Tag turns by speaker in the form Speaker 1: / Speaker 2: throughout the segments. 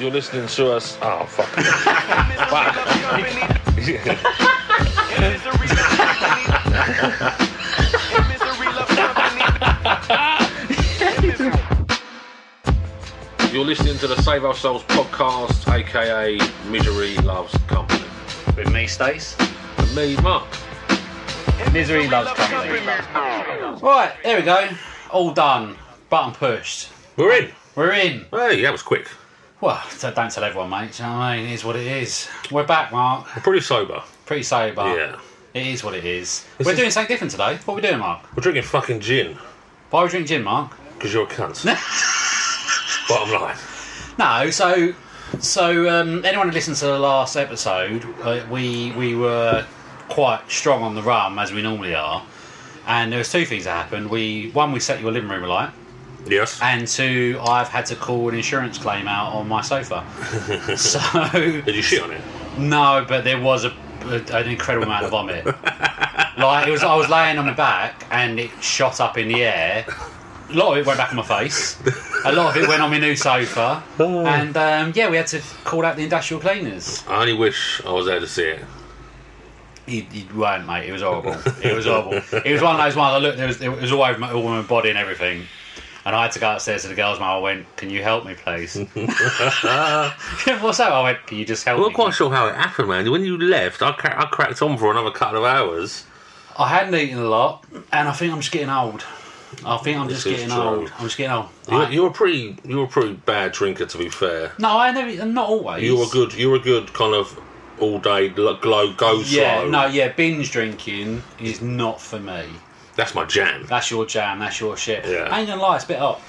Speaker 1: You're listening to us. Oh, fuck. fuck. You're listening to the Save Our Souls podcast, aka Misery Loves Company.
Speaker 2: With me, Stace.
Speaker 1: And me, Mark.
Speaker 2: Misery loves company. Right, there we go. All done. Button pushed.
Speaker 1: We're in.
Speaker 2: We're in.
Speaker 1: Hey, that was quick.
Speaker 2: Well, t- don't tell everyone, mate. Do you know what I mean? It is what it is. We're back, Mark.
Speaker 1: We're pretty sober.
Speaker 2: Pretty sober.
Speaker 1: Yeah.
Speaker 2: It is what it is.
Speaker 1: This
Speaker 2: we're
Speaker 1: is-
Speaker 2: doing something different today. What are we doing, Mark?
Speaker 1: We're drinking fucking gin
Speaker 2: Why are we drinking gin, Mark?
Speaker 1: because you're a cunt. Bottom line.
Speaker 2: No, so so um, anyone who listened to the last episode, uh, we we were quite strong on the rum as we normally are, and there was two things that happened. We one we set your living room alight,
Speaker 1: Yes.
Speaker 2: and two I've had to call an insurance claim out on my sofa. so
Speaker 1: Did you shit on it?
Speaker 2: no, but there was a, a- an incredible amount of vomit. like it was, I was laying on my back and it shot up in the air. A lot of it went back on my face. A lot of it went on my new sofa. And um, yeah, we had to call out the industrial cleaners.
Speaker 1: I only wish I was there to see it.
Speaker 2: You, you weren't, mate. It was horrible. It was horrible. It was one of those ones. I looked, there was, it was all over my, all over my body and everything. And I had to go upstairs to the girls' mum. I went, "Can you help me, please?" What's that? I went, "Can you just help
Speaker 1: I'm not
Speaker 2: me?"
Speaker 1: quite sure how it happened, man. When you left, I, cra- I cracked on for another couple of hours.
Speaker 2: I hadn't eaten a lot, and I think I'm just getting old. I think I'm just
Speaker 1: is
Speaker 2: getting
Speaker 1: true.
Speaker 2: old. I'm just getting old.
Speaker 1: You,
Speaker 2: I-
Speaker 1: you were a pretty, you were a pretty bad drinker, to be fair.
Speaker 2: no, I never. Not always.
Speaker 1: You were good. You were good, kind of all day gl- glow go
Speaker 2: Yeah,
Speaker 1: slow.
Speaker 2: no, yeah. Binge drinking is not for me.
Speaker 1: That's my jam.
Speaker 2: That's your jam. That's your shit.
Speaker 1: Yeah.
Speaker 2: I ain't gonna lie, it's a bit up.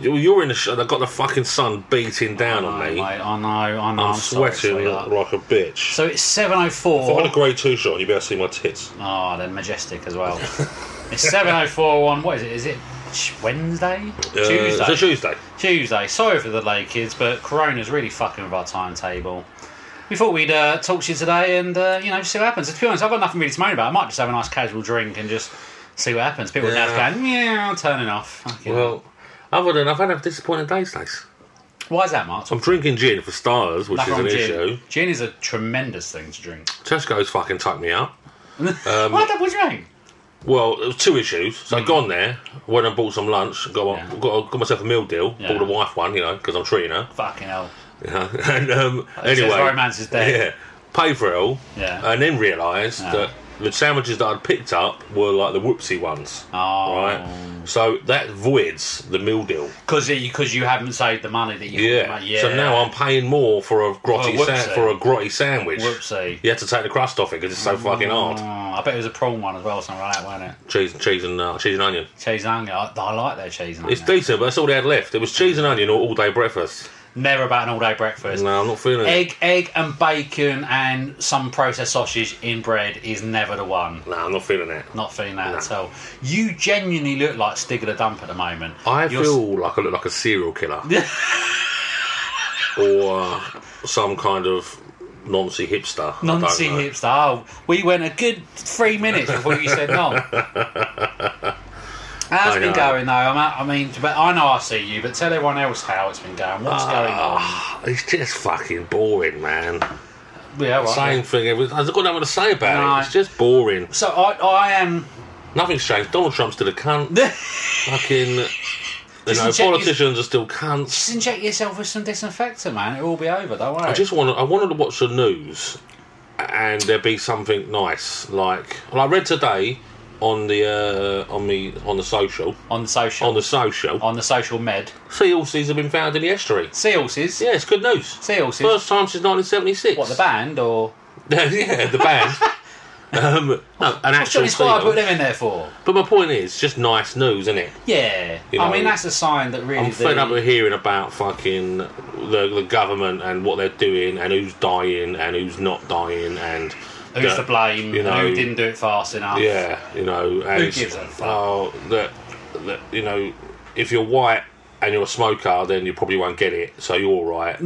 Speaker 1: You- You're in the. Sh- I got the fucking sun beating down on
Speaker 2: Mate,
Speaker 1: me.
Speaker 2: I know. I know.
Speaker 1: I'm,
Speaker 2: Oh, I'm, sorry,
Speaker 1: sweating
Speaker 2: sweetheart.
Speaker 1: like a bitch.
Speaker 2: So it's seven oh
Speaker 1: if I
Speaker 2: four.
Speaker 1: had a grey two shot, you'd be able to see my tits.
Speaker 2: Oh, they're majestic as well. it's seven oh four on what is it? Is it Ch- Wednesday?
Speaker 1: Uh,
Speaker 2: Tuesday.
Speaker 1: It's a Tuesday.
Speaker 2: Tuesday. Sorry for the delay, kids, but Corona's really fucking with our timetable. We thought we'd uh, talk to you today and, uh, you know, see what happens. To be honest, I've got nothing really to moan about. I might just have a nice casual drink and just see what happens. People are
Speaker 1: Yeah.
Speaker 2: now going, yeah, I'm turning off. Fucking-
Speaker 1: Well, other than I've had a disappointing day, Stace.
Speaker 2: Why is that, Mark?
Speaker 1: I'm drinking gin for starters, which
Speaker 2: Nothing
Speaker 1: is an
Speaker 2: wrong with
Speaker 1: issue.
Speaker 2: gin. Gin is a tremendous thing to drink.
Speaker 1: Tesco's fucking tucked me up.
Speaker 2: what, the- what do you mean?
Speaker 1: Well, there was two issues. So I'd gone there, went and bought some lunch, got, my,
Speaker 2: Mm. Yeah.
Speaker 1: got, got myself a meal deal,
Speaker 2: Yeah.
Speaker 1: bought the wife one, you know, because I'm treating her.
Speaker 2: Fucking hell.
Speaker 1: You know? And um,
Speaker 2: It says
Speaker 1: anyway,
Speaker 2: romance is dead.
Speaker 1: yeah, paid for it all,
Speaker 2: Yeah.
Speaker 1: and then realised
Speaker 2: Yeah.
Speaker 1: that the sandwiches that I'd picked up were like the whoopsie ones,
Speaker 2: Oh.
Speaker 1: right? So that voids the meal deal.
Speaker 2: Because you haven't saved the money that you
Speaker 1: Yeah.
Speaker 2: yeah.
Speaker 1: So now I'm paying more for a grotty
Speaker 2: For a
Speaker 1: sa-
Speaker 2: whoopsie.
Speaker 1: for a grotty sandwich.
Speaker 2: Whoopsie.
Speaker 1: You had to take the crust off it because it's so fucking
Speaker 2: Oh,
Speaker 1: hard.
Speaker 2: I bet it was a prawn one as well, something like that, wasn't it?
Speaker 1: Cheese, cheese and uh, cheese and onion.
Speaker 2: Cheese and onion. I, I like their cheese and onion.
Speaker 1: It's decent, but that's all they had left. It was cheese and onion or all day breakfast.
Speaker 2: Never about an all day breakfast.
Speaker 1: No, I'm not feeling it.
Speaker 2: Egg, egg, and bacon, and some processed sausage in bread is never the one.
Speaker 1: No, I'm not feeling it.
Speaker 2: Not feeling that at all. You genuinely look like Stig of the Dump at the moment.
Speaker 1: I
Speaker 2: You're s-
Speaker 1: feel like I look like a serial killer. or uh, some kind of noncy hipster. I don't
Speaker 2: Nancy
Speaker 1: know.
Speaker 2: hipster. Oh, we went a good three minutes before you said no. How's
Speaker 1: I
Speaker 2: it been
Speaker 1: know.
Speaker 2: going though? I'm out, I mean, but I know I see you, but tell everyone else how it's been going. What's
Speaker 1: Ah.
Speaker 2: going on?
Speaker 1: It's just fucking boring, man.
Speaker 2: Yeah, right.
Speaker 1: Same thing. every- I've got nothing to say about
Speaker 2: No.
Speaker 1: it. It's just boring.
Speaker 2: So I, I am.
Speaker 1: Nothing's changed. Donald Trump's still a cunt. fucking You
Speaker 2: Just
Speaker 1: know,
Speaker 2: inject-
Speaker 1: politicians are still cunts.
Speaker 2: Just inject yourself with some disinfectant, man. It'll all be over. Don't worry.
Speaker 1: I just wanted, I wanted to watch the news, and there be something nice. Like, well, I read today on the uh, on the on the social
Speaker 2: on the social.
Speaker 1: on the social.
Speaker 2: on the social med.
Speaker 1: Sea horses have been found in the estuary.
Speaker 2: Sealses.
Speaker 1: Yeah, it's good news.
Speaker 2: Sea horses?
Speaker 1: First time since 1976.
Speaker 2: What the band or?
Speaker 1: yeah, the band. um, no, an
Speaker 2: What's Johnny
Speaker 1: actual sea
Speaker 2: Squire
Speaker 1: horse.
Speaker 2: put them in there for?
Speaker 1: But my point is, just nice news, isn't it?
Speaker 2: Yeah.
Speaker 1: You
Speaker 2: I
Speaker 1: know,
Speaker 2: mean, that's a sign that really.
Speaker 1: I'm fed
Speaker 2: the-
Speaker 1: up with hearing about fucking the, the government and what they're doing and who's dying and who's not dying and
Speaker 2: Who's
Speaker 1: that,
Speaker 2: to blame?
Speaker 1: You know,
Speaker 2: who didn't do it fast enough?
Speaker 1: Yeah, you know, and it's-
Speaker 2: gives a fuck?
Speaker 1: Oh, that that you know, if you're white and you're a smoker, then you probably won't get it, so you're all right.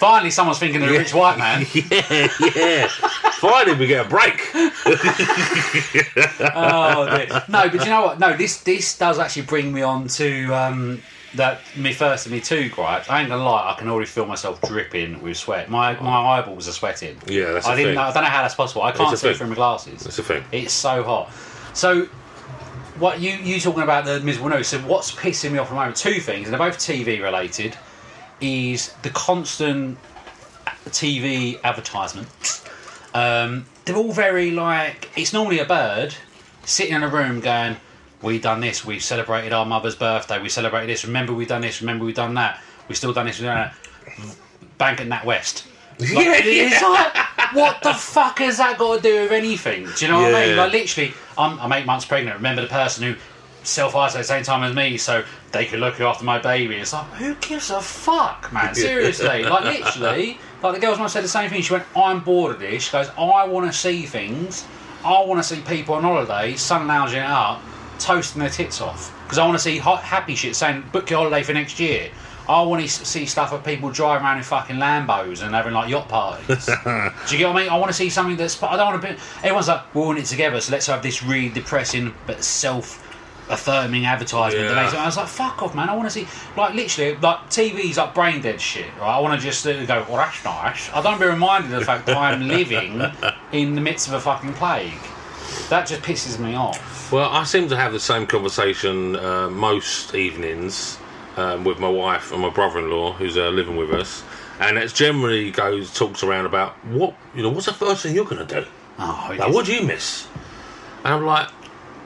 Speaker 2: Finally, someone's thinking of a rich white man.
Speaker 1: yeah, finally we get a break.
Speaker 2: oh, dear. no, but you know what? No, this this does actually bring me on to um, that me first and me two gripes. I ain't gonna lie, I can already feel myself dripping with sweat. My my eyeballs are sweating.
Speaker 1: Yeah, that's
Speaker 2: I
Speaker 1: the
Speaker 2: didn't.
Speaker 1: thing.
Speaker 2: know- I don't know how that's possible. I can't
Speaker 1: the
Speaker 2: see
Speaker 1: thing.
Speaker 2: through my glasses.
Speaker 1: That's the thing.
Speaker 2: It's so hot. So, what you you talking about the miserable news? So, what's pissing me off at the moment? Two things, and they're both TV related. Is the constant TV advertisements? Um, they're all very like it's normally a bird sitting in a room going, "We done this. We celebrated our mother's birthday. We celebrated this. Remember we done this. Remember we done that. We still done this. We done that." Bank at NatWest. West.
Speaker 1: Yeah,
Speaker 2: it's like, what the fuck has that got to do with anything? Do you know what I mean?
Speaker 1: Yeah.
Speaker 2: Like literally, I'm, I'm eight months pregnant. Remember the person who self-isolated at the same time as me, so they could look after my baby. It's like, who gives a fuck, man? Seriously, like literally, like the girls must said the same thing. She went, I'm bored of this. She goes, I want to see things. I want to see people on holiday, sun lounging it up, toasting their tits off. Because I want to see hot, happy shit saying, book your holiday for next year. I want to see stuff of people driving around in fucking Lambos and having like yacht parties. Do you get what I mean? I want to see something that's. I don't want to be. Everyone's like, we're all in it together, so let's have this really depressing but self affirming advertisement. that
Speaker 1: Yeah.
Speaker 2: makes- I was like, fuck off, man. I want to see. Like, literally, like, TV's like brain dead shit, right? I want to just uh, go, well, that's nice. I don't be reminded of the fact that I'm living in the midst of a fucking plague. That just pisses me off.
Speaker 1: Well, I seem to have the same conversation uh, most evenings um, with my wife and my brother-in-law, who's uh, living with us, and it's generally goes talks around about what you know. What's the first thing you're going to do?
Speaker 2: Oh, it
Speaker 1: Like,
Speaker 2: is-
Speaker 1: what do you miss? And I'm like,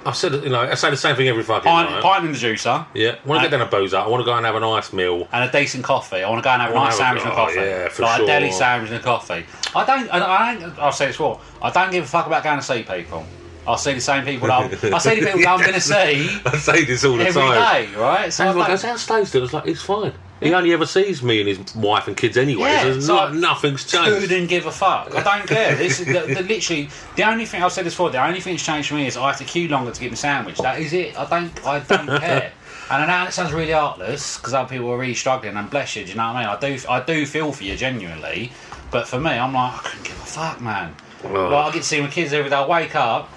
Speaker 1: I said, you know, I say the same thing every fucking
Speaker 2: Pint,
Speaker 1: night.
Speaker 2: pint in the juicer
Speaker 1: Yeah, I want to get down a boozer. I want to go and have a nice meal.
Speaker 2: and a decent coffee. I want to go and have a
Speaker 1: I wanna
Speaker 2: nice
Speaker 1: have a-
Speaker 2: sandwich and a
Speaker 1: oh,
Speaker 2: coffee.
Speaker 1: yeah, for
Speaker 2: like
Speaker 1: sure.
Speaker 2: a deli sandwich and a coffee. I don't. I, I don't. I'll say this before. I don't give a fuck about going to see people. I'll see the same people. That I'm, I see the people that I'm going to see
Speaker 1: I say this all the
Speaker 2: every
Speaker 1: time.
Speaker 2: day, right? So I
Speaker 1: And I
Speaker 2: don't-
Speaker 1: goes, how's It was like, it's fine. He only ever sees me and his wife and kids anyway.
Speaker 2: Yeah,
Speaker 1: so there's
Speaker 2: so
Speaker 1: not,
Speaker 2: I-
Speaker 1: nothing's changed.
Speaker 2: couldn't give a fuck. I don't care. This is the, the, literally the only thing I've said this before. The only thing that's changed for me is I have to queue longer to get my sandwich. That is it. I don't. I don't care. And I know it sounds really heartless because other people are really struggling. And bless you, do you know what I mean? I do. I do feel for you genuinely. But for me, I'm like I couldn't give a fuck, man.
Speaker 1: Well-
Speaker 2: Like I get to see my kids every day. I wake up.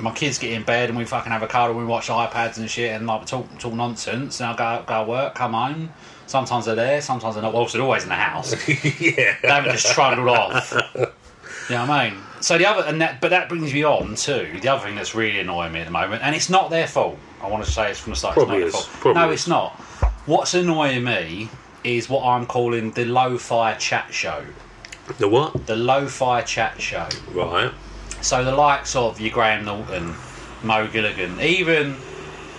Speaker 2: My kids get in bed and we fucking have a cuddle. We watch iPads and shit and like talk, talk nonsense. And I go go to work, come home. Sometimes they're there, sometimes they're not. Well, they're always in the house
Speaker 1: yeah.
Speaker 2: they haven't just trundled off. You know what I mean? So the other, and that, but that brings me on to the other thing that's really annoying me at the moment, and it's not their fault. I want to say it's from the start.
Speaker 1: Probably
Speaker 2: it's not
Speaker 1: is.
Speaker 2: their fault.
Speaker 1: Probably
Speaker 2: no,
Speaker 1: is.
Speaker 2: it's not. What's annoying me is what I'm calling the lo-fi chat show.
Speaker 1: The what?
Speaker 2: The lo-fi chat show.
Speaker 1: Right.
Speaker 2: So the likes of your Graham Norton, Mo Gilligan, even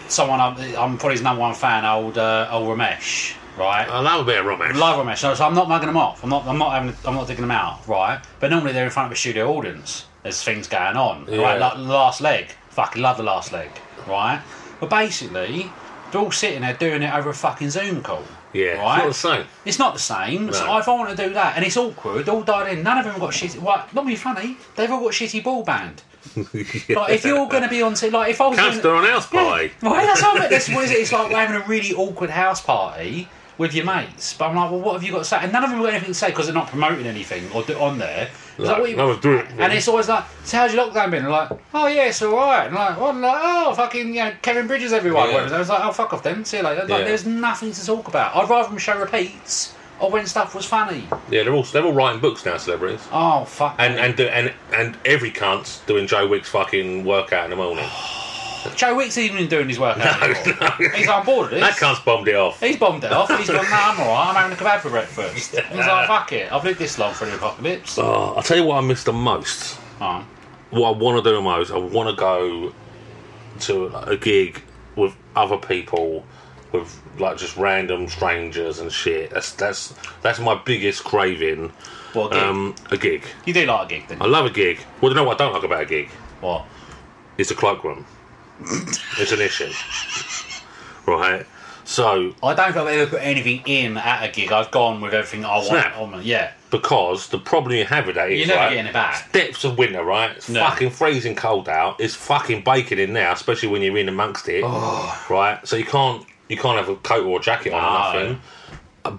Speaker 2: someone I'm, I'm probably his number one fan, old uh, old Ramesh, right?
Speaker 1: I love a bit of romance.
Speaker 2: Live on mesh. So, so I'm not mugging them off. I'm not. I'm not having. I'm not digging them out. Right. But normally they're in front of a studio audience. There's things going on. Right.
Speaker 1: Yeah.
Speaker 2: Like the last leg. Fucking love the last leg. Right. But basically, they're all sitting there doing it over a fucking Zoom call.
Speaker 1: Yeah, it's
Speaker 2: Right.
Speaker 1: not the same.
Speaker 2: It's not the same. So
Speaker 1: No.
Speaker 2: if I want to do that, and it's awkward, all died in. None of them got shitty. Well, not really funny. They've all got shitty ball band. Like if you're going to be on, t- like if I was
Speaker 1: Cancer
Speaker 2: doing-
Speaker 1: on house party.
Speaker 2: well, that's what, I meant. that's what is it? It's like we're having a really awkward house party with your mates. But I'm like, well, what have you got to say? And none of them got anything to say because they're not promoting anything or do, on there. It's
Speaker 1: Like,
Speaker 2: what you-
Speaker 1: no one's doing it.
Speaker 2: and it's always like, so how's your lockdown been? And like, oh yeah, it's all right. And like, what? And like, oh fucking, you know, Kevin Bridges, everyone.
Speaker 1: Yeah.
Speaker 2: Whatever. And I was like, oh fuck off then. See you later. Like,
Speaker 1: Yeah.
Speaker 2: there's nothing to talk about. I'd rather them show repeats of when stuff was funny.
Speaker 1: Yeah, they're all they're all writing books now, celebrities.
Speaker 2: Oh fuck.
Speaker 1: And and do, and and every cunt's doing Joe Wick's fucking workout in the morning.
Speaker 2: Joe Wicks isn't even doing his work out anymore. He's like, I'm bored of this.
Speaker 1: That cunt's bombed it off.
Speaker 2: He's bombed it off. He's gone, nah, I'm alright. I'm having a kebab for breakfast. And he's like, fuck it. I've lived this long for the apocalypse.
Speaker 1: Oh, I'll tell you what I miss the most.
Speaker 2: Oh.
Speaker 1: What I want to do the most, I want to go to a gig with other people, with like just random strangers and shit. That's that's that's my biggest craving.
Speaker 2: What a gig.
Speaker 1: Um, a gig.
Speaker 2: you do like a gig then?
Speaker 1: I love a gig. Well, you know what I don't like about a gig?
Speaker 2: What?
Speaker 1: It's a cloakroom. it's an issue, right? So
Speaker 2: I don't think I've ever put anything in at a gig. I've gone with everything I want.
Speaker 1: Snap.
Speaker 2: on my- yeah.
Speaker 1: because the problem you have with that is
Speaker 2: You're never
Speaker 1: right,
Speaker 2: getting it back.
Speaker 1: Depths of winter, right? It's
Speaker 2: No.
Speaker 1: fucking freezing cold out. It's fucking baking in now, especially when you're in amongst it, right? So you can't you can't have a coat or a jacket on or
Speaker 2: Oh. No.
Speaker 1: nothing.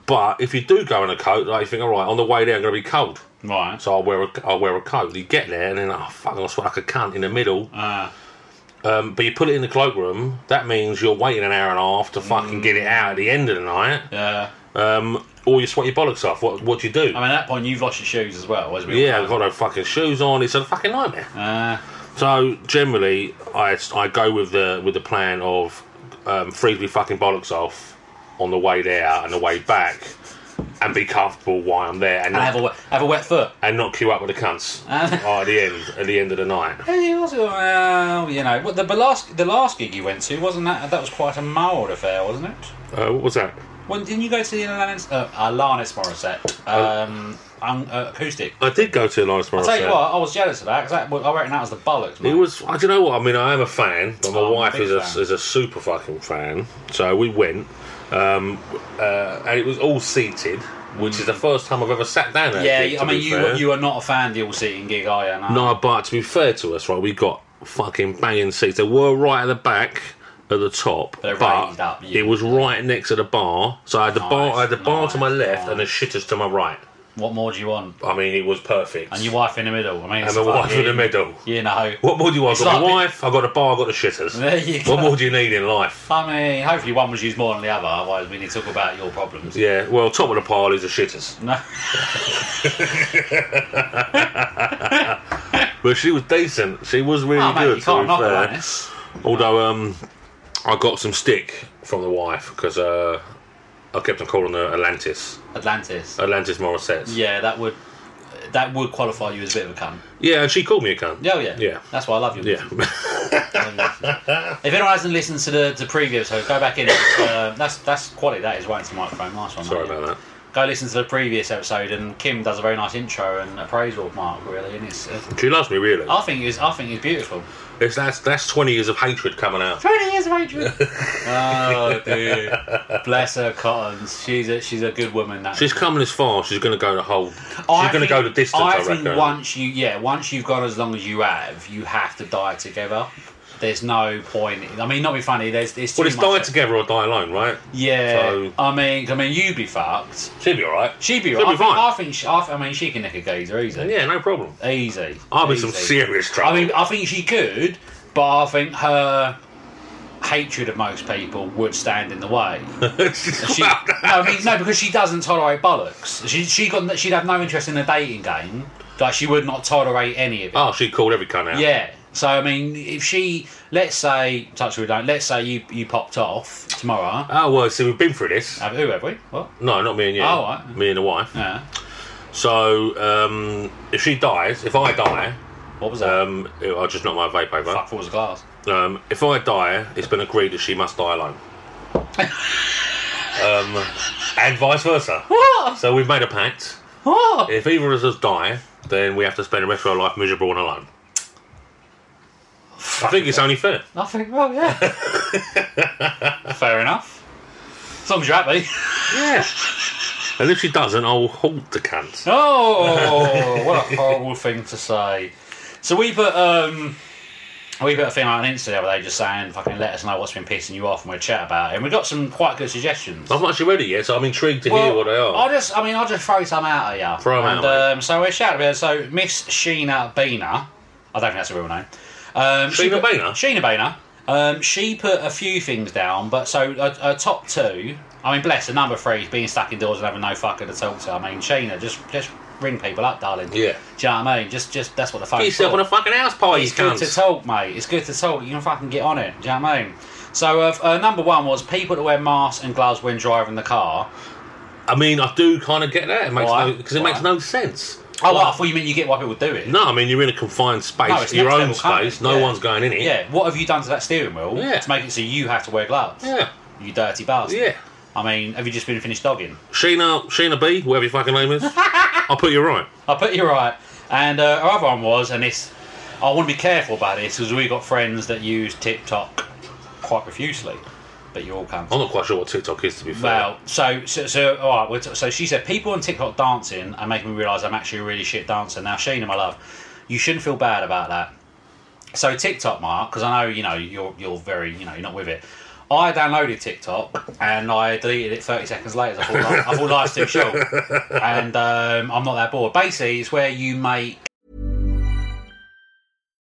Speaker 1: But if you do go in a coat, like you think, all right, on the way there, I'm going to be cold,
Speaker 2: Right.
Speaker 1: so I'll wear a I'll wear a coat. You get there and then oh fuck, I sweat like a cunt in the middle.
Speaker 2: Ah.
Speaker 1: Um, but you put it in the cloakroom. That means you're waiting an hour and a half to fucking get it out at the end of the night,
Speaker 2: Mm. yeah.
Speaker 1: um, or you sweat your bollocks off. What what do you do?
Speaker 2: I mean, at that point, you've lost your shoes as well. As we
Speaker 1: Yeah, I've got no fucking shoes on. It's a fucking nightmare.
Speaker 2: Uh,
Speaker 1: So generally, I, I go with the with the plan of um, freeze me fucking bollocks off on the way there and the way back, and be comfortable while I'm there, and
Speaker 2: and
Speaker 1: not,
Speaker 2: have a, wet- have a wet foot.
Speaker 1: and not queue up with the cunts
Speaker 2: Ah.
Speaker 1: oh, at the end at the end of the night.
Speaker 2: Hey, also, well, you know, well, the, the last the last gig you went to wasn't that that was quite a mild affair, wasn't it?
Speaker 1: Uh, what was that?
Speaker 2: When didn't you go to the Alanis, uh, Alanis Morissette um, um, uh, acoustic?
Speaker 1: I did go to Lawrence Morris.
Speaker 2: Tell you what, I was jealous of that because that, well, I reckon that was the bollocks.
Speaker 1: It
Speaker 2: mate.
Speaker 1: was. I don't know what. I mean, I am a fan, but my
Speaker 2: Oh, I'm a
Speaker 1: wife
Speaker 2: big
Speaker 1: is a
Speaker 2: fan.
Speaker 1: is a super fucking fan. So we went, um, uh, and it was all seated, which is the first time I've ever sat down. At a
Speaker 2: yeah,
Speaker 1: gig,
Speaker 2: you-
Speaker 1: to
Speaker 2: I mean,
Speaker 1: be
Speaker 2: you
Speaker 1: fair.
Speaker 2: you are not a fan of the all seating gig, are you? No.
Speaker 1: No, but to be fair to us, right, we got fucking banging seats. They were right at the back. At the top,
Speaker 2: They're
Speaker 1: but,
Speaker 2: raised up, yeah.
Speaker 1: it was right next to the bar. So I had the bar, I had the bar to my
Speaker 2: nice,
Speaker 1: left and the shitters to my right.
Speaker 2: What more do you want?
Speaker 1: I mean, it was perfect.
Speaker 2: And your wife in the middle. I mean,
Speaker 1: and
Speaker 2: it's
Speaker 1: my wife in the
Speaker 2: fucking-
Speaker 1: middle.
Speaker 2: You know.
Speaker 1: What more do you want?
Speaker 2: It's
Speaker 1: I got my
Speaker 2: like-
Speaker 1: wife. I got a bar. I got the shitters.
Speaker 2: There you go.
Speaker 1: What more do you need in life?
Speaker 2: I mean, hopefully one was used more than the other. Otherwise, we need to talk about your problems.
Speaker 1: Yeah. Well, top of the pile is the shitters.
Speaker 2: No.
Speaker 1: But she was decent. She was really
Speaker 2: Oh,
Speaker 1: good.
Speaker 2: mate, you
Speaker 1: to
Speaker 2: can't
Speaker 1: be
Speaker 2: knock
Speaker 1: fair.
Speaker 2: Alanis.
Speaker 1: Although um, I got some stick from the wife because uh, I kept on calling her Atlantis,
Speaker 2: Atlantis.
Speaker 1: Atlantis Morissette.
Speaker 2: Yeah, that would that would qualify you as a bit of a cunt.
Speaker 1: Yeah, and she called me a cunt.
Speaker 2: Yeah, oh yeah.
Speaker 1: Yeah.
Speaker 2: That's why I love you.
Speaker 1: Yeah.
Speaker 2: If anyone hasn't listened to the, the previous, so go back in. Uh, that's that's quality. That is right into the microphone. Nice one.
Speaker 1: Sorry
Speaker 2: mate.
Speaker 1: about that.
Speaker 2: Go listen to the previous episode, and Kim does a very nice intro and appraisal of Mark, really, and it's. Uh,
Speaker 1: She loves me really.
Speaker 2: I think it's I think it's beautiful.
Speaker 1: It's that's that's twenty years of hatred coming out.
Speaker 2: Twenty years of hatred. oh, dude. Bless her, Cotton. She's a she's a good woman. That
Speaker 1: She's
Speaker 2: is.
Speaker 1: coming this far. She's going to go the whole. She's going
Speaker 2: I
Speaker 1: to
Speaker 2: think-
Speaker 1: go the distance. I,
Speaker 2: think
Speaker 1: reckon.
Speaker 2: once you yeah, once you've gone as long as you have, you have to die together. There's no point. I mean, not be funny. There's there's
Speaker 1: well,
Speaker 2: too
Speaker 1: it's die
Speaker 2: much.
Speaker 1: together or die alone, right?
Speaker 2: Yeah,
Speaker 1: So-
Speaker 2: I mean, I mean, you'd be fucked.
Speaker 1: She'll be all right.
Speaker 2: She'd be.
Speaker 1: She'll
Speaker 2: right.
Speaker 1: be fine.
Speaker 2: I think. I think she, I, th- I mean, she can nick a gazer easy.
Speaker 1: Yeah, no problem.
Speaker 2: Easy.
Speaker 1: I'm in
Speaker 2: easy.
Speaker 1: some serious trouble.
Speaker 2: I mean, I think she could, but I think her hatred of most people would stand in the way. She, no, I mean, no, because she doesn't tolerate bollocks. She she got she'd have no interest in the dating game. Like she would not tolerate any of it.
Speaker 1: oh, she called every cunt out.
Speaker 2: Yeah. So I mean, if she let's say touch wood, don't let's say you you popped off tomorrow.
Speaker 1: Oh well, see, we've been through this.
Speaker 2: Have, who have we? What?
Speaker 1: No, not me and you.
Speaker 2: Oh, right.
Speaker 1: Me and the wife.
Speaker 2: Yeah.
Speaker 1: So, um, if she dies, if I die,
Speaker 2: What was that?
Speaker 1: um, I'll just knock my vape
Speaker 2: Fuck
Speaker 1: over.
Speaker 2: falls glass.
Speaker 1: Um, if I die, it's been agreed that she must die alone. um, and vice versa.
Speaker 2: What?
Speaker 1: So we've made a pact.
Speaker 2: What?
Speaker 1: If either of us die, then we have to spend the rest of our life miserable and alone. I think it's only fair.
Speaker 2: Nothing. Well, yeah. Fair enough. As long as you're happy.
Speaker 1: Yeah. And if she doesn't, I'll halt the cunt.
Speaker 2: Oh, what a horrible thing to say. So we put um, we put a thing out on Insta the other day, just saying, "Fucking let us know what's been pissing you off," and we'll chat about it. And we got some quite good suggestions.
Speaker 1: I've not actually read it yet, so I'm intrigued to hear what they are.
Speaker 2: I just, I mean, I'll just throw some out at you.
Speaker 1: Throw 'em
Speaker 2: and,
Speaker 1: out, mate.
Speaker 2: Um, so we're shouting about so Miss Sheena Beena. I don't think that's a real name. Um, she
Speaker 1: Sheena
Speaker 2: put-
Speaker 1: Beena?
Speaker 2: Sheena Beena. Um, she put a few things down, but so a, a top two. I mean, bless the number three is being stuck indoors and having no fucker to talk to. I mean, Sheena just just ring people up, darling.
Speaker 1: Yeah.
Speaker 2: Do you know what I mean? Just, just that's what the
Speaker 1: Get
Speaker 2: phone's
Speaker 1: yourself on
Speaker 2: for.
Speaker 1: a fucking house party,
Speaker 2: It's good
Speaker 1: cunt.
Speaker 2: to talk, mate. It's good to talk. You can fucking get on it. Do you know what I mean? So, uh, uh, number one was people to wear masks and gloves when driving the car.
Speaker 1: I mean, I do kind of get that. It makes
Speaker 2: Why?
Speaker 1: no because it
Speaker 2: Why?
Speaker 1: makes no sense.
Speaker 2: Oh, well, I
Speaker 1: Like,
Speaker 2: thought you meant you get why people do it.
Speaker 1: no, I mean you're in a confined space,
Speaker 2: No, it's
Speaker 1: your
Speaker 2: next
Speaker 1: own
Speaker 2: level company,
Speaker 1: space. No
Speaker 2: yeah.
Speaker 1: one's going in it.
Speaker 2: Yeah. What have you done to that steering wheel
Speaker 1: Yeah.
Speaker 2: to make it so you have to wear gloves?
Speaker 1: Yeah.
Speaker 2: You dirty bastard.
Speaker 1: Yeah.
Speaker 2: I mean, have you just been finished dogging?
Speaker 1: Sheena, Sheena B, whatever your fucking name is, I'll put you right.
Speaker 2: I put you right. And uh, our other one was, and this, I want to be careful about this because we got friends that use TikTok quite profusely, but you all can't.
Speaker 1: I'm not quite sure what TikTok is to be fair.
Speaker 2: Well, so so, so all right, we're t- so she said people on TikTok dancing are making me realise I'm actually a really shit dancer. Now, Sheena, my love, you shouldn't feel bad about that. So TikTok, Mark, because I know you know you're you're very you know you're not with it. I downloaded TikTok and I deleted it 30 seconds later. 'cause I thought, li- I thought life's too short, and um, I'm not that bored. Basically, it's where you make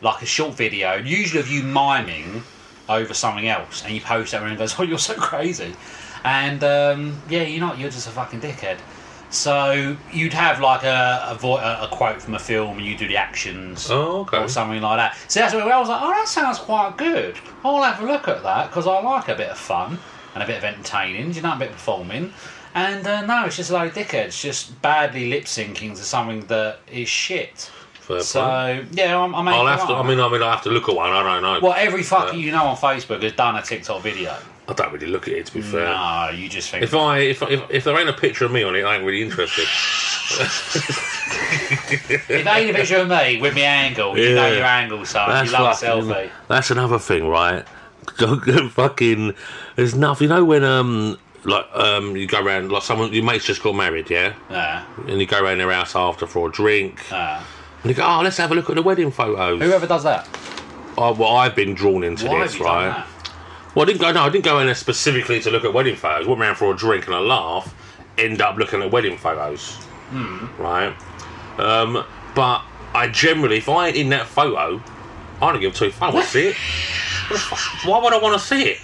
Speaker 2: like a short video, usually of you miming over something else, and you post that and everyone goes, "Oh, you're so crazy," and um, yeah, you're not. You're just a fucking dickhead. So you'd have like a a, vo- a a quote from a film, and you do the actions
Speaker 1: Oh, okay.
Speaker 2: or something like that. So that's where I was like, "Oh, that sounds quite good. I'll have a look at that because I like a bit of fun and a bit of entertaining. You know, a bit of performing." And uh, no, it's just a load of dickheads just badly lip syncing to something that is shit.
Speaker 1: Fair
Speaker 2: so
Speaker 1: play.
Speaker 2: yeah, I'm, I'm
Speaker 1: I'll
Speaker 2: making
Speaker 1: have to.
Speaker 2: one.
Speaker 1: I mean, I mean, I have to look at one. I don't know.
Speaker 2: Well, every fucker you know on Facebook has done a TikTok video.
Speaker 1: I don't really look at it to be fair.
Speaker 2: No, you just think.
Speaker 1: If I if, if if there ain't a picture of me on it, I ain't really interested.
Speaker 2: if they ain't a picture of me with my angle, you know
Speaker 1: Yeah.
Speaker 2: your angle, so you love a
Speaker 1: fucking-
Speaker 2: selfie.
Speaker 1: That's another thing, right? fucking, there's nothing. You know when um like um you go around like someone your mate's just got married, yeah,
Speaker 2: Yeah.
Speaker 1: and you go around their house after for a drink,
Speaker 2: yeah.
Speaker 1: and you go, oh, let's have a look at the wedding photos.
Speaker 2: Whoever does that,
Speaker 1: Oh, well, I've been drawn into
Speaker 2: why
Speaker 1: this,
Speaker 2: have you
Speaker 1: right?
Speaker 2: done
Speaker 1: Well, I didn't go. No, I didn't go in there specifically to look at wedding photos. Went round for a drink and a laugh. End up looking at wedding photos,
Speaker 2: Hmm.
Speaker 1: right? Um, but I generally, if I ain't in that photo, I don't give two fucks. I want to see it. Why would I want to see it?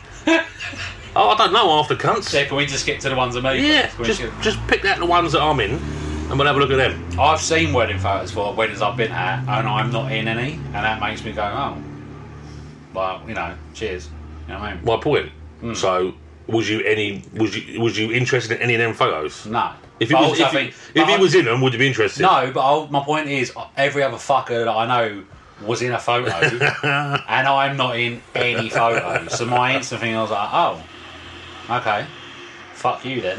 Speaker 1: oh, I don't know. After
Speaker 2: that? Yeah,
Speaker 1: cunts.
Speaker 2: can we just get to the ones that me?
Speaker 1: Yeah,
Speaker 2: Can we
Speaker 1: just
Speaker 2: get-
Speaker 1: just pick out the ones that I'm in, and we'll have a look at them.
Speaker 2: I've seen wedding photos for weddings I've been at, and I'm not in any, and that makes me go, oh, well, you know, cheers. You know what I mean?
Speaker 1: My point.
Speaker 2: Hmm.
Speaker 1: So, was you any? Was you was you interested in any of them photos?
Speaker 2: No.
Speaker 1: If he
Speaker 2: Hmm. But
Speaker 1: was,
Speaker 2: also
Speaker 1: if
Speaker 2: I
Speaker 1: he,
Speaker 2: think-
Speaker 1: if
Speaker 2: but
Speaker 1: he
Speaker 2: I-
Speaker 1: was in them, would you be interested?
Speaker 2: No, but I'll, my point is, every other fucker that I know was in a photo, and I'm not in any photo. So my instant thing, I was like, oh, okay, fuck you then.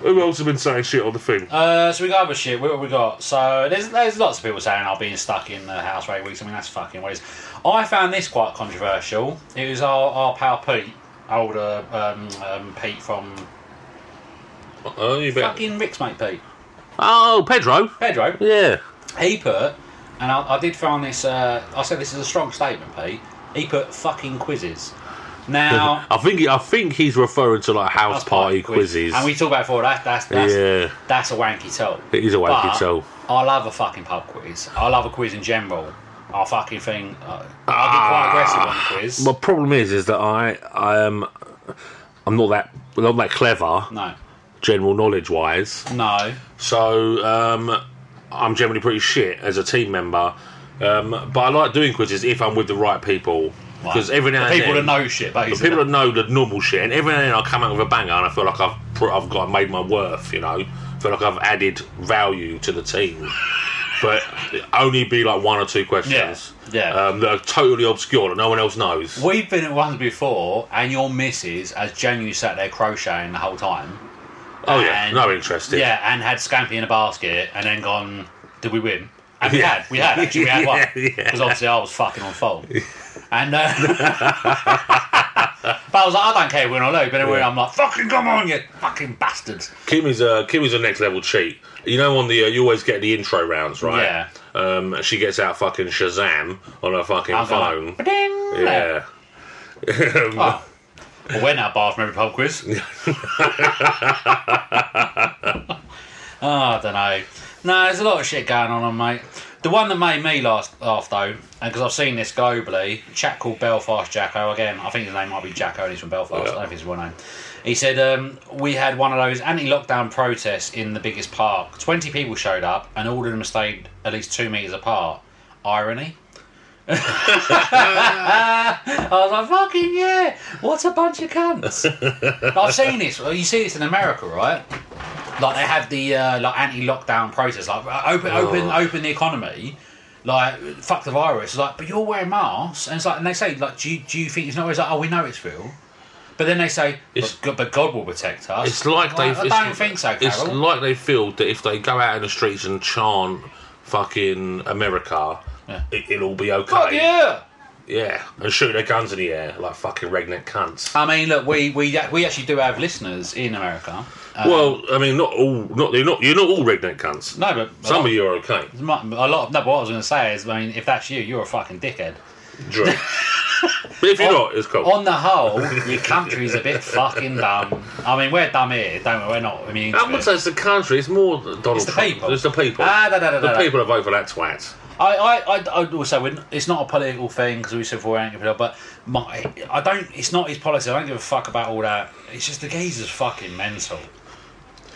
Speaker 1: Who else have been saying shit on the thing?
Speaker 2: Uh, so we got other shit. What have we got? So there's there's lots of people saying I've been stuck in the house for eight weeks. I mean that's fucking weird. I found this quite controversial. It was our, our pal Pete, older um, um, Pete from
Speaker 1: oh, you bet.
Speaker 2: fucking Rick's mate Pete
Speaker 1: Oh, Pedro.
Speaker 2: Pedro.
Speaker 1: Yeah.
Speaker 2: He put, and I, I did find this. Uh, I said this is a strong statement, Pete. He put fucking quizzes. Now
Speaker 1: I think I think he's referring to like house
Speaker 2: house
Speaker 1: party
Speaker 2: quiz-
Speaker 1: quizzes.
Speaker 2: and we talked about it before. That, that's that's
Speaker 1: Yeah.
Speaker 2: that's a wanky tell.
Speaker 1: It is a wanky
Speaker 2: But
Speaker 1: tell.
Speaker 2: I love a fucking pub quiz. I love a quiz in general. I fucking think uh, I get
Speaker 1: Ah.
Speaker 2: quite aggressive on the quiz.
Speaker 1: My problem is, is that I I am I'm not that not that clever
Speaker 2: no,
Speaker 1: general knowledge wise.
Speaker 2: no.
Speaker 1: So um, I'm generally pretty shit as a team member. Um, but I like doing quizzes if I'm with the right people. Because every now
Speaker 2: the
Speaker 1: and
Speaker 2: people
Speaker 1: then,
Speaker 2: that know shit,
Speaker 1: the
Speaker 2: basically.
Speaker 1: people that know the normal shit, and every now and then I come out with a banger, and I feel like I've pr- I've got made my worth, you know. Feel like I've added value to the team, but only be like one or two questions,
Speaker 2: Yeah, yeah.
Speaker 1: um, that are totally obscure that no one else knows.
Speaker 2: We've been at ones before, and your missus has genuinely sat there crocheting the whole time.
Speaker 1: oh yeah,
Speaker 2: and-
Speaker 1: no interest. in.
Speaker 2: Yeah, and had Scampi in a basket, and then gone, did we win? And we
Speaker 1: Yeah.
Speaker 2: had, we had actually, we had one
Speaker 1: Yeah, yeah.
Speaker 2: because obviously I was fucking on fault. And uh, but I was like, I don't care, win or lose. But anyway,
Speaker 1: Yeah.
Speaker 2: I'm like, fucking come on, you fucking bastards.
Speaker 1: Kimmy's a Kimmy's a next level cheat. You know, on the uh, you always get the intro rounds, right?
Speaker 2: Yeah.
Speaker 1: Um, she gets out fucking Shazam on her fucking
Speaker 2: I'm going
Speaker 1: phone.
Speaker 2: like, "Ba-ding!"
Speaker 1: yeah.
Speaker 2: Oh. I went out bar from every pub quiz. oh, I don't know. No, there's a lot of shit going on, on mate. The one that made me last laugh though, because I've seen this globally, a chap called Belfast Jacko again. I think his name might be Jacko, and he's from Belfast. I don't know if it's his real name. He said um, we had one of those anti-lockdown protests in the biggest park. Twenty people showed up, and all of them stayed at least two meters apart. Irony. I was like, fucking yeah, what a bunch of cunts. I've seen this. Well, you see this in America, right? Like they have the uh, like anti-lockdown protest, like uh, open, open,
Speaker 1: Oh.
Speaker 2: open the economy, like fuck the virus. Like, but you're wearing masks, and it's like, and they say like, do you, do you think it's not? It's like, oh, we know it's real. But then they say,
Speaker 1: It's-
Speaker 2: but God, but God will protect us.
Speaker 1: It's like they.
Speaker 2: Like, I
Speaker 1: it's-
Speaker 2: don't think so, Carol.
Speaker 1: It's like they feel that if they go out in the streets and chant "fucking America,"
Speaker 2: Yeah.
Speaker 1: it, it'll all be okay.
Speaker 2: God, yeah.
Speaker 1: Yeah. and shoot their guns in the air like fucking redneck cunts.
Speaker 2: I mean, look, we we we actually do have listeners in America. Um,
Speaker 1: well, I mean, not all. Not you're not you're not all redneck cunts.
Speaker 2: no, but a
Speaker 1: Some
Speaker 2: lot-
Speaker 1: of you are okay.
Speaker 2: Mu- A lot of no, but what I was going to say is, I mean, if that's you, you're a fucking dickhead.
Speaker 1: Drew. but if you're not, it's cool.
Speaker 2: On the whole, your country's a bit fucking dumb. I mean, we're dumb here, don't we? We're not. I mean,
Speaker 1: I wouldn't say it's the country. It's more the Donald
Speaker 2: the
Speaker 1: Trump.
Speaker 2: people.
Speaker 1: It's the people.
Speaker 2: Ah, da, da, da,
Speaker 1: the
Speaker 2: da, da.
Speaker 1: people that vote for that twat.
Speaker 2: I, I, I, I also, wouldn't- it's not a political thing because we said before we ain't gonna but my, I don't. It's not his policy. I don't give a fuck about all that. It's just the geezer's fucking mental.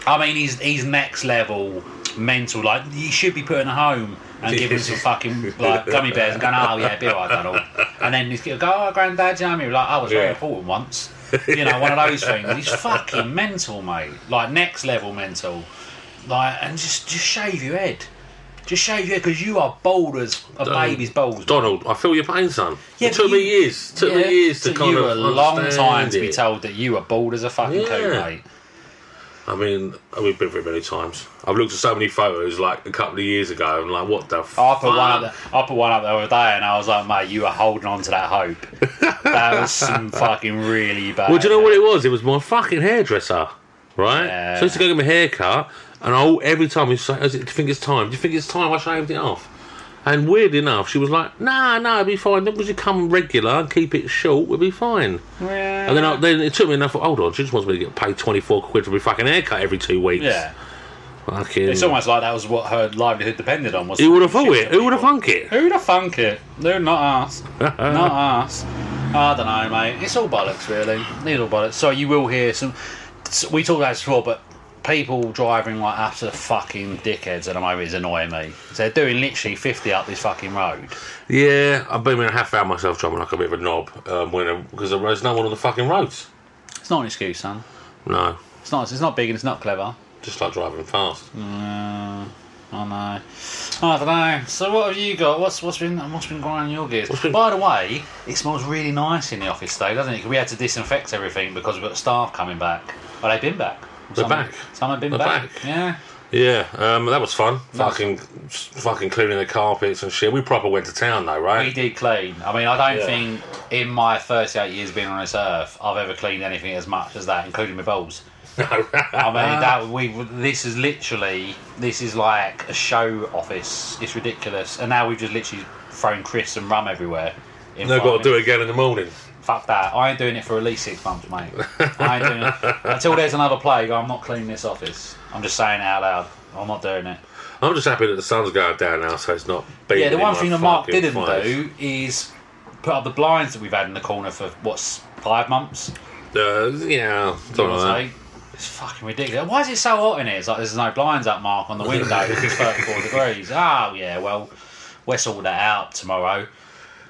Speaker 2: I mean, he's he's next level mental. Like you should be put in a home and giving some fucking like gummy bears and going, oh yeah, be alright, Donald. And then he's going, oh granddad, you know what I mean? Like I was very
Speaker 1: Yeah.
Speaker 2: important once. You know, one of those things. He's fucking mental, mate. Like next level mental. Like and just just shave your head. Just shave your head because you are bald as a baby's balls.
Speaker 1: Donald, I feel your pain, son.
Speaker 2: Yeah,
Speaker 1: it
Speaker 2: but
Speaker 1: took me
Speaker 2: you-
Speaker 1: years. Took
Speaker 2: Yeah,
Speaker 1: me years to
Speaker 2: took
Speaker 1: kind
Speaker 2: you
Speaker 1: of
Speaker 2: a long
Speaker 1: understand
Speaker 2: time to be
Speaker 1: it.
Speaker 2: told that you were bald as a fucking coon,
Speaker 1: Yeah.
Speaker 2: mate.
Speaker 1: I mean, we've been through it many times. I've looked at so many photos like a couple of years ago. and like, what the
Speaker 2: Oh, I
Speaker 1: fuck?
Speaker 2: put one up. The, I put one up the other day, and I was like, "Mate, you were holding on to that hope. that was some fucking really bad."
Speaker 1: Well, do you know what it was? It was my fucking hairdresser, right?
Speaker 2: Yeah.
Speaker 1: So I used to go get my hair cut, and I, every time he'd say, "Is it- Do you think it's time? Do you think it's time I shaved it off? And weird enough, she was like, nah, nah, it'll be fine. As long as you come regular and keep it short, we'll be fine.
Speaker 2: Yeah.
Speaker 1: And then, I, then it took me enough. Hold on, she just wants me to get paid twenty four quid for my fucking haircut every two weeks.
Speaker 2: Yeah,
Speaker 1: fucking.
Speaker 2: it's almost like that was what her livelihood depended on. Was
Speaker 1: Who would have
Speaker 2: fucking
Speaker 1: thought
Speaker 2: shit
Speaker 1: it? Who would have
Speaker 2: people.
Speaker 1: thunk it?
Speaker 2: Who'd have thunk it? Who not us? not us. I don't know, mate. It's all bollocks, really. It's all bollocks. So you will hear some. s- We talked about this before, but people driving like absolute fucking dickheads at the moment is annoying me. They're doing literally fifty up this fucking road.
Speaker 1: Yeah, I've been in a half hour myself driving like a bit of a knob um, when because there's no one on the fucking roads.
Speaker 2: It's not an excuse, son.
Speaker 1: No,
Speaker 2: It's not. It's not big and it's not clever.
Speaker 1: just like driving fast.
Speaker 2: Uh, I know. I don't know. So what have you got? What's what's been what's been grinding your gears?
Speaker 1: What's been-
Speaker 2: By the way, it smells really nice in the office today, doesn't it? 'Cause we had to disinfect everything because we've got staff coming back. Well, they've been back.
Speaker 1: They're
Speaker 2: Some-
Speaker 1: back.
Speaker 2: Some have been
Speaker 1: They're
Speaker 2: back.
Speaker 1: back.
Speaker 2: Yeah.
Speaker 1: Yeah, um, that was fun. Fucking, fucking cleaning the carpets and shit. We proper went to town though,
Speaker 2: We
Speaker 1: right?
Speaker 2: did clean. I mean, I don't
Speaker 1: Yeah.
Speaker 2: think in my 38 years being on this earth, I've ever cleaned anything as much as that, including my balls. I mean, that we this is literally this is like a show office. It's ridiculous. And now we've just literally thrown crisps and rum everywhere. in
Speaker 1: And They've
Speaker 2: five
Speaker 1: got to do it
Speaker 2: minutes.
Speaker 1: again in the morning.
Speaker 2: Fuck that. I ain't doing it for at least six months, mate. I ain't doing it. Until there's another plague, I'm not cleaning this office. I'm just saying it out loud. I'm not doing it.
Speaker 1: I'm just happy that the sun's going down now, so it's not beating.
Speaker 2: Yeah, the
Speaker 1: in
Speaker 2: one
Speaker 1: my
Speaker 2: thing that Mark
Speaker 1: fucking
Speaker 2: didn't
Speaker 1: face.
Speaker 2: do is put up the blinds that we've had in the corner for what's five months.
Speaker 1: Uh, yeah,
Speaker 2: give
Speaker 1: something
Speaker 2: or
Speaker 1: like
Speaker 2: take. It's fucking ridiculous. Why is it so hot in here? It's like there's no blinds up, Mark, on the window. it's 34 degrees. Oh, yeah, well, we'll sort that out tomorrow.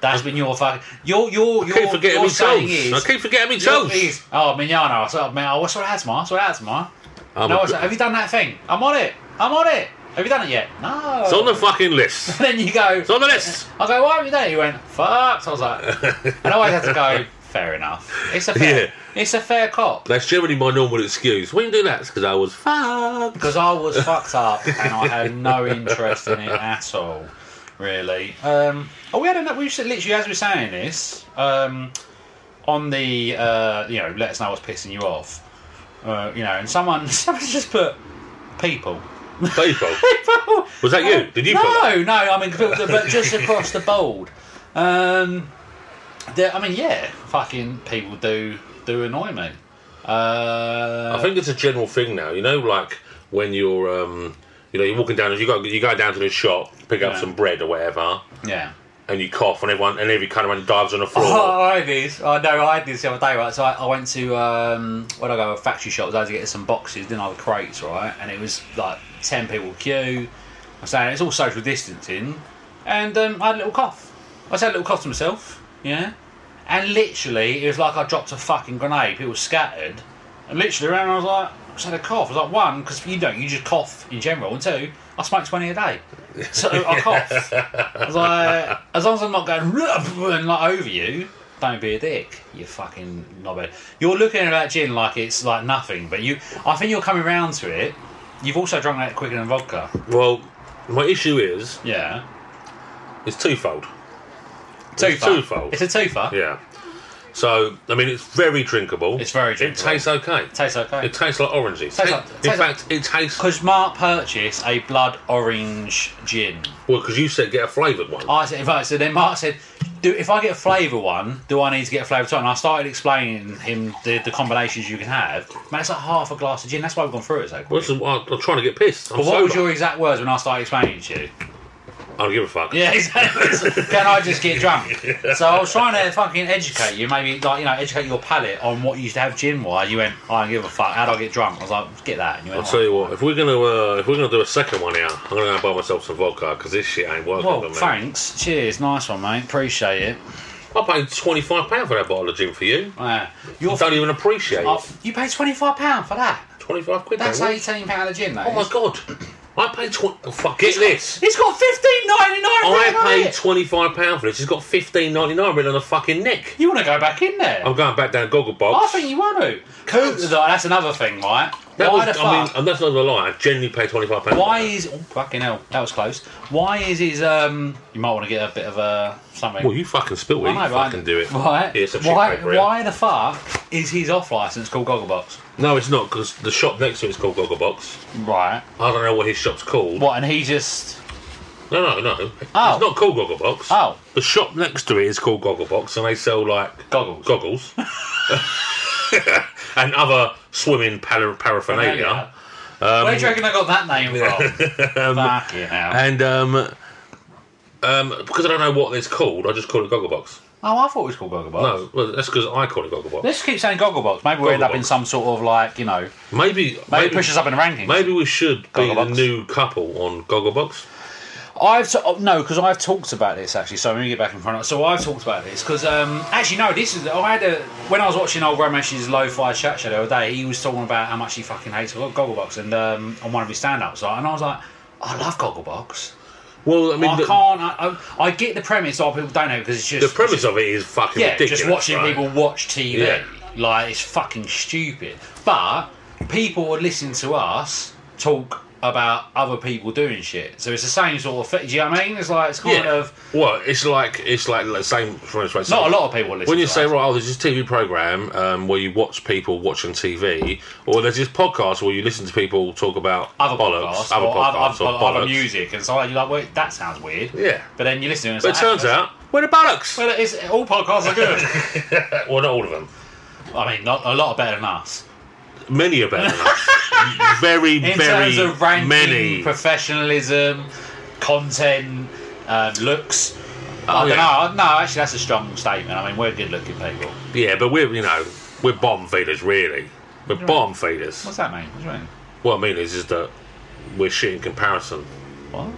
Speaker 2: That's been your fucking. Your your
Speaker 1: I keep
Speaker 2: your
Speaker 1: forgetting
Speaker 2: your
Speaker 1: me
Speaker 2: saying is.
Speaker 1: toast. I keep forgetting me
Speaker 2: your
Speaker 1: toast.
Speaker 2: is- Oh, mignano. I said, man, what's what that's ma? What's what that's ma?
Speaker 1: I'm
Speaker 2: No,
Speaker 1: a-
Speaker 2: I said, have you done that thing? I'm on it. I'm on it. Have you done it yet? No.
Speaker 1: It's on the fucking list.
Speaker 2: then you go.
Speaker 1: It's on the list.
Speaker 2: I go, why haven't you done it? He went, fuck. So I was like, and I always had to go, fair enough. It's a fair,
Speaker 1: Yeah.
Speaker 2: it's a fair cop.
Speaker 1: That's generally my normal excuse. We didn't do that because I was fucked.
Speaker 2: Because I was fucked up and I had no interest in it at all, really. Um, oh, we had enough, we should literally, as we we're saying this, um, on the, uh, you know, let us know what's pissing you off. Uh, you know, and someone, someone just put people.
Speaker 1: People. Was that you? Did you
Speaker 2: no,
Speaker 1: put that?
Speaker 2: no. I mean, but, but just across the board. Um, there- I mean, yeah, fucking people do do annoy me. Uh,
Speaker 1: I think it's a general thing now. You know, like when you're, um, you know, you're walking down, you go, you go down to the shop, pick up
Speaker 2: Yeah.
Speaker 1: some bread or whatever,
Speaker 2: yeah.
Speaker 1: and you cough, and everyone, and every kind of one dives on the floor.
Speaker 2: Oh, I had this. I know I had this the other day, right? So I, I went to um, where I go a factory shop. I had to get some boxes, then I had crates, right? And it was like ten people queue. I'm saying it's all social distancing, and um, I had a little cough. I just had a little cough to myself, yeah. And literally, it was like I dropped a fucking grenade. People scattered, and literally around. I was like, I just had a cough. I was like, one, because you don't, you just cough in general, and two, I smoke twenty a day, so I cough. I was like, as long as I'm not going "Ruh," and like over you, don't be a dick. You fucking knobhead. You're looking at that gin like it's like nothing, but you, I think you're coming round to it. You've also drunk that quicker than vodka.
Speaker 1: Well, my issue is
Speaker 2: Yeah,
Speaker 1: it's twofold.
Speaker 2: twofer.
Speaker 1: twofold.
Speaker 2: It's a twofer.
Speaker 1: Yeah. So I mean, it's very drinkable.
Speaker 2: It's very
Speaker 1: It
Speaker 2: drinkable.
Speaker 1: tastes okay. It
Speaker 2: Tastes okay.
Speaker 1: It tastes like oranges. It
Speaker 2: Tastes like-
Speaker 1: in
Speaker 2: tastes like-
Speaker 1: fact, it tastes
Speaker 2: Because Mark purchased a blood orange gin.
Speaker 1: well because you said get a flavoured one.
Speaker 2: I said, if I, so then Mark said, do, if I get a flavour one, do I need to get a flavour two? And I started explaining him the, the combinations you can have. Man, it's like half a glass of gin. That's why we've gone through it so quick.
Speaker 1: Well, this is why I'm trying to get pissed. I'm
Speaker 2: But what was
Speaker 1: sober.
Speaker 2: your exact words when I started explaining it to you?
Speaker 1: I don't give a fuck.
Speaker 2: Yeah, exactly. Can I just get drunk? So I was trying to fucking educate you, maybe like you know, educate your palate on what you used to have gin wise. You went, I don't give a fuck. How do I get drunk? I was like, get that. And you
Speaker 1: I'll
Speaker 2: went,
Speaker 1: tell you what. If we're gonna uh, if we're gonna do a second one here, I'm gonna go and buy myself some vodka because this shit ain't working.
Speaker 2: well,
Speaker 1: for me.
Speaker 2: thanks. Cheers. Nice one, mate. Appreciate it.
Speaker 1: I paid twenty five pound for that bottle of gin for you.
Speaker 2: Yeah.
Speaker 1: You
Speaker 2: Uh, You're
Speaker 1: don't even appreciate
Speaker 2: Oh,
Speaker 1: it.
Speaker 2: you paid twenty five pound for that.
Speaker 1: Twenty five quid.
Speaker 2: That's
Speaker 1: that was.
Speaker 2: eighteen pound a gin, though.
Speaker 1: Oh my god! I paid twenty. Fuck, get this.
Speaker 2: It's got fifteen ninety nine.
Speaker 1: I paid twenty five pound for this. It's got fifteen ninety nine written on the fucking neck.
Speaker 2: You want to go back in there?
Speaker 1: I'm going back down Goggle Box.
Speaker 2: I think you want to. Who, that's another thing, right?
Speaker 1: that
Speaker 2: Why
Speaker 1: was,
Speaker 2: the
Speaker 1: I mean,
Speaker 2: fuck?
Speaker 1: and that's not a lie. I genuinely paid twenty five pounds.
Speaker 2: Why is oh, fucking hell? That was close. Why is his um? You might want to get a bit of a something.
Speaker 1: Well, you fucking spill it.
Speaker 2: I
Speaker 1: You
Speaker 2: know, right?
Speaker 1: fucking do it.
Speaker 2: Right?
Speaker 1: Here's some shit
Speaker 2: why?
Speaker 1: paper here.
Speaker 2: why the fuck is his off license called Gogglebox?
Speaker 1: No, it's not because the shop next to it is called Goggle Box.
Speaker 2: Right.
Speaker 1: I don't know what his shop's called.
Speaker 2: What? And he just
Speaker 1: No, no, no.
Speaker 2: Oh.
Speaker 1: It's not called Gogglebox.
Speaker 2: Oh.
Speaker 1: The shop next to it is called Gogglebox, and they sell like
Speaker 2: Goggles.
Speaker 1: goggles, and other swimming para- paraphernalia. Um,
Speaker 2: Where do you reckon I got that name from? fuck it now.
Speaker 1: And um, um, because I don't know what it's called, I just call it Gogglebox.
Speaker 2: Oh, I thought it was called Gogglebox.
Speaker 1: No, well, that's because I call it Gogglebox.
Speaker 2: Let's keep saying Gogglebox. Maybe we'll end up in
Speaker 1: Gogglebox.
Speaker 2: some sort of like you know. Maybe,
Speaker 1: Maybe, maybe
Speaker 2: push us up in the rankings.
Speaker 1: Maybe we should be the
Speaker 2: Gogglebox.
Speaker 1: new couple on Gogglebox.
Speaker 2: I've t- oh, no, because I've talked about this actually. So let me get back in front. of So I've talked about this because um, actually no, this is I had a when I was watching old Ramesh's lo-fi chat show the other day. He was talking about how much he fucking hates Gogglebox and um, on one of his stand-ups, like, and I was like, I love Gogglebox.
Speaker 1: Well, I mean,
Speaker 2: I
Speaker 1: the,
Speaker 2: can't. I, I, I get the premise. Of people don't know because it's just
Speaker 1: the premise of it is fucking
Speaker 2: yeah,
Speaker 1: ridiculous.
Speaker 2: just watching
Speaker 1: right?
Speaker 2: people watch TV.
Speaker 1: Yeah.
Speaker 2: Like it's fucking stupid. But people are listening to us talk about other people doing shit. So it's the same sort of thing. Do you know what I mean? It's like it's kind
Speaker 1: Yeah.
Speaker 2: of
Speaker 1: Well, it's like it's like the same. For instance,
Speaker 2: not a lot of people listen.
Speaker 1: When you
Speaker 2: to
Speaker 1: say
Speaker 2: us.
Speaker 1: right, oh, there's this TV program um, where you watch people watching TV, or there's this podcast where you listen to people talk about
Speaker 2: other
Speaker 1: bollocks,
Speaker 2: podcasts,
Speaker 1: other
Speaker 2: or
Speaker 1: podcasts,
Speaker 2: other,
Speaker 1: or
Speaker 2: other,
Speaker 1: bollocks.
Speaker 2: other music, and so like, you're like, well, that sounds weird.
Speaker 1: Yeah.
Speaker 2: But then you listen, and it's
Speaker 1: But it
Speaker 2: like,
Speaker 1: turns
Speaker 2: actually,
Speaker 1: out we're the bollocks.
Speaker 2: Well, it's, all podcasts are good.
Speaker 1: Well, not all of them.
Speaker 2: I mean, not, a lot better than us.
Speaker 1: Many are better. than us. very,
Speaker 2: in
Speaker 1: very
Speaker 2: terms of ranking,
Speaker 1: many.
Speaker 2: professionalism, content, um, looks. I don't
Speaker 1: Oh, yeah.
Speaker 2: know. No, actually, that's a strong statement. I mean, we're good-looking people.
Speaker 1: yeah, but we're you know we're bomb feeders really. We're bomb feeders.
Speaker 2: What's that mean? What do you mean?
Speaker 1: What I mean is, is that we're shit in comparison.
Speaker 2: What? Oh,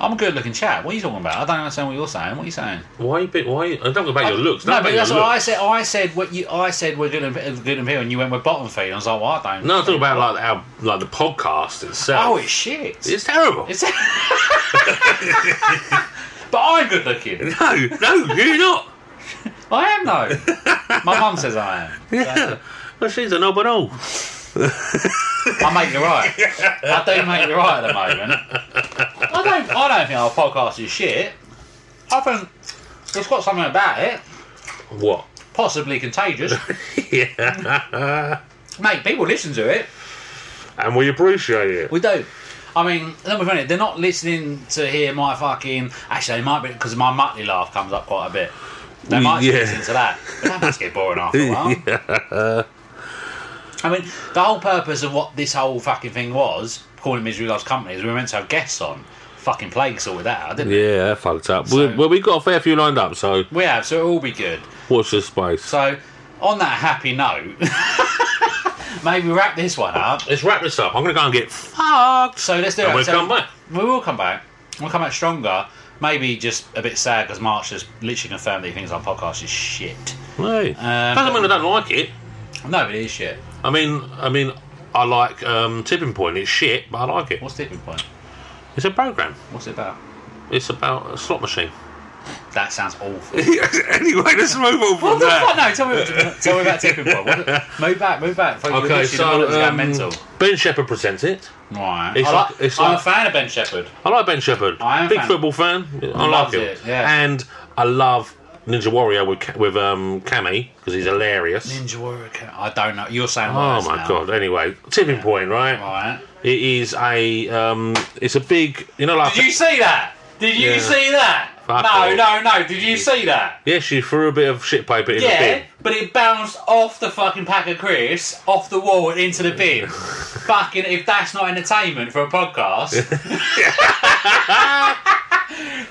Speaker 2: I'm a good looking chap. What are you talking about? I don't understand what you're saying. What are you saying?
Speaker 1: Why? You bit, why? I don't go about your looks.
Speaker 2: no,
Speaker 1: don't
Speaker 2: but
Speaker 1: about
Speaker 2: that's
Speaker 1: your
Speaker 2: what I
Speaker 1: looks.
Speaker 2: said. I said what you. I said we're good and good and peel, and you went with bottom feed. I was like, well, I don't.
Speaker 1: No, I'm talking about like our like the podcast itself.
Speaker 2: Oh, it's shit.
Speaker 1: It's terrible.
Speaker 2: It's- but I'm good looking.
Speaker 1: no, no, you're not.
Speaker 2: I am though. My mum says I am.
Speaker 1: Yeah. Well, she's a knob and all.
Speaker 2: I make you right. I do make you right at the moment. I don't. I don't think our podcast is shit. I think it's got something about it,
Speaker 1: What?
Speaker 2: possibly contagious. Mate, people listen to it.
Speaker 1: And we appreciate it.
Speaker 2: We do. I mean, let me funny. They're not listening to hear my fucking. Actually, they might be because my mutley laugh comes up quite a bit. They might
Speaker 1: Mm, Yeah.
Speaker 2: listen to that, but that must get boring after a while. I mean, the whole purpose of what this whole fucking thing was, calling Misery Loves Company, is we were meant to have guests on. Fucking plague sorted that out, didn't it?
Speaker 1: Yeah, that fucked up. we, well, we got a fair few lined up, so
Speaker 2: We have, so it'll all be good.
Speaker 1: watch this space.
Speaker 2: So, on that happy note, maybe wrap this one up.
Speaker 1: Let's wrap this up. I'm going to go and get
Speaker 2: fucked. So let's do
Speaker 1: And
Speaker 2: it.
Speaker 1: we'll
Speaker 2: So
Speaker 1: come back.
Speaker 2: We will come back. We'll come back stronger. Maybe just a bit sad because March has literally confirmed that he thinks our podcast is shit.
Speaker 1: Hey,
Speaker 2: Uh,
Speaker 1: doesn't mean I don't like it.
Speaker 2: No, it is shit.
Speaker 1: I mean, I mean, I like um, Tipping Point. It's shit, but I like it.
Speaker 2: What's the tipping point?
Speaker 1: It's a program.
Speaker 2: What's it about?
Speaker 1: It's about a slot machine.
Speaker 2: That sounds awful.
Speaker 1: anyway, let's move on
Speaker 2: What
Speaker 1: from
Speaker 2: the fuck?
Speaker 1: that.
Speaker 2: No, tell me, tell me about tipping point. What the- move back, move back. Fuck, you
Speaker 1: Okay,
Speaker 2: literally the one
Speaker 1: so
Speaker 2: that was going
Speaker 1: um,
Speaker 2: mental.
Speaker 1: Ben Shepherd presents it.
Speaker 2: Right.
Speaker 1: it's
Speaker 2: I
Speaker 1: like-
Speaker 2: like-
Speaker 1: it's
Speaker 2: I'm
Speaker 1: like-
Speaker 2: a fan of Ben Shepherd.
Speaker 1: I like Ben Shepherd.
Speaker 2: I am a
Speaker 1: big
Speaker 2: fan.
Speaker 1: football fan. I like
Speaker 2: Loves
Speaker 1: him.
Speaker 2: it, yeah.
Speaker 1: And I love Ninja Warrior with Ca- with um, Cammy because he's hilarious.
Speaker 2: Ninja Warrior. Academy. I don't know. You're saying
Speaker 1: Oh
Speaker 2: words
Speaker 1: my
Speaker 2: now.
Speaker 1: god! Anyway, tipping point, right?
Speaker 2: Right.
Speaker 1: It is a um, it's a big, you know, like
Speaker 2: Did you see that? Did you
Speaker 1: Yeah.
Speaker 2: see that?
Speaker 1: Fuck
Speaker 2: no,
Speaker 1: off.
Speaker 2: no, no. Did you see that?
Speaker 1: yeah, she threw a bit of shit paper in the
Speaker 2: Yeah,
Speaker 1: bin.
Speaker 2: but it bounced off the fucking pack of crisps, off the wall, and into the bin. fucking, if that's not entertainment for a podcast,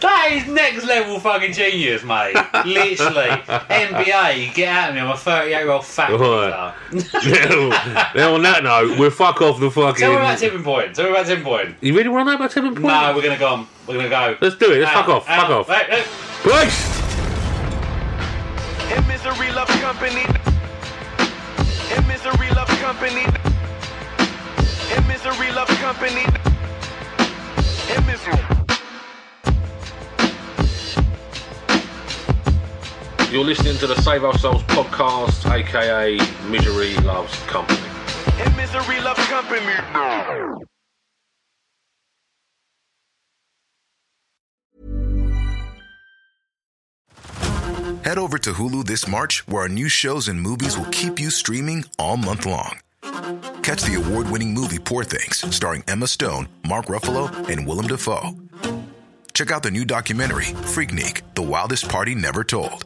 Speaker 2: that is next level fucking genius, mate. Literally, NBA, get out of me. I'm a 38 year old fat.
Speaker 1: Right.
Speaker 2: geezer.
Speaker 1: now on that note, we're fuck off the
Speaker 2: Tell me about
Speaker 1: fucking.
Speaker 2: tipping point. Tell me about tipping point.
Speaker 1: You really want to know about tipping point?
Speaker 2: No, we're gonna go. On. We're gonna go.
Speaker 1: Let's do it. Let's
Speaker 2: Hang on,
Speaker 1: fuck off.
Speaker 2: hang
Speaker 1: Fuck
Speaker 2: on.
Speaker 1: off.
Speaker 2: Wait, wait.
Speaker 1: Please.
Speaker 3: And misery loves company. And misery loves company. And misery loves company. And misery.
Speaker 1: You're listening to the Save Our Souls podcast, aka Misery Loves Company.
Speaker 3: And misery loves company.
Speaker 4: Head over to Hulu this March, where our new shows and movies will keep you streaming all month long. Catch the award winning movie Poor Things, starring Emma Stone, Mark Ruffalo, and Willem Dafoe. Check out the new documentary, Freaknik The Wildest Party Never Told,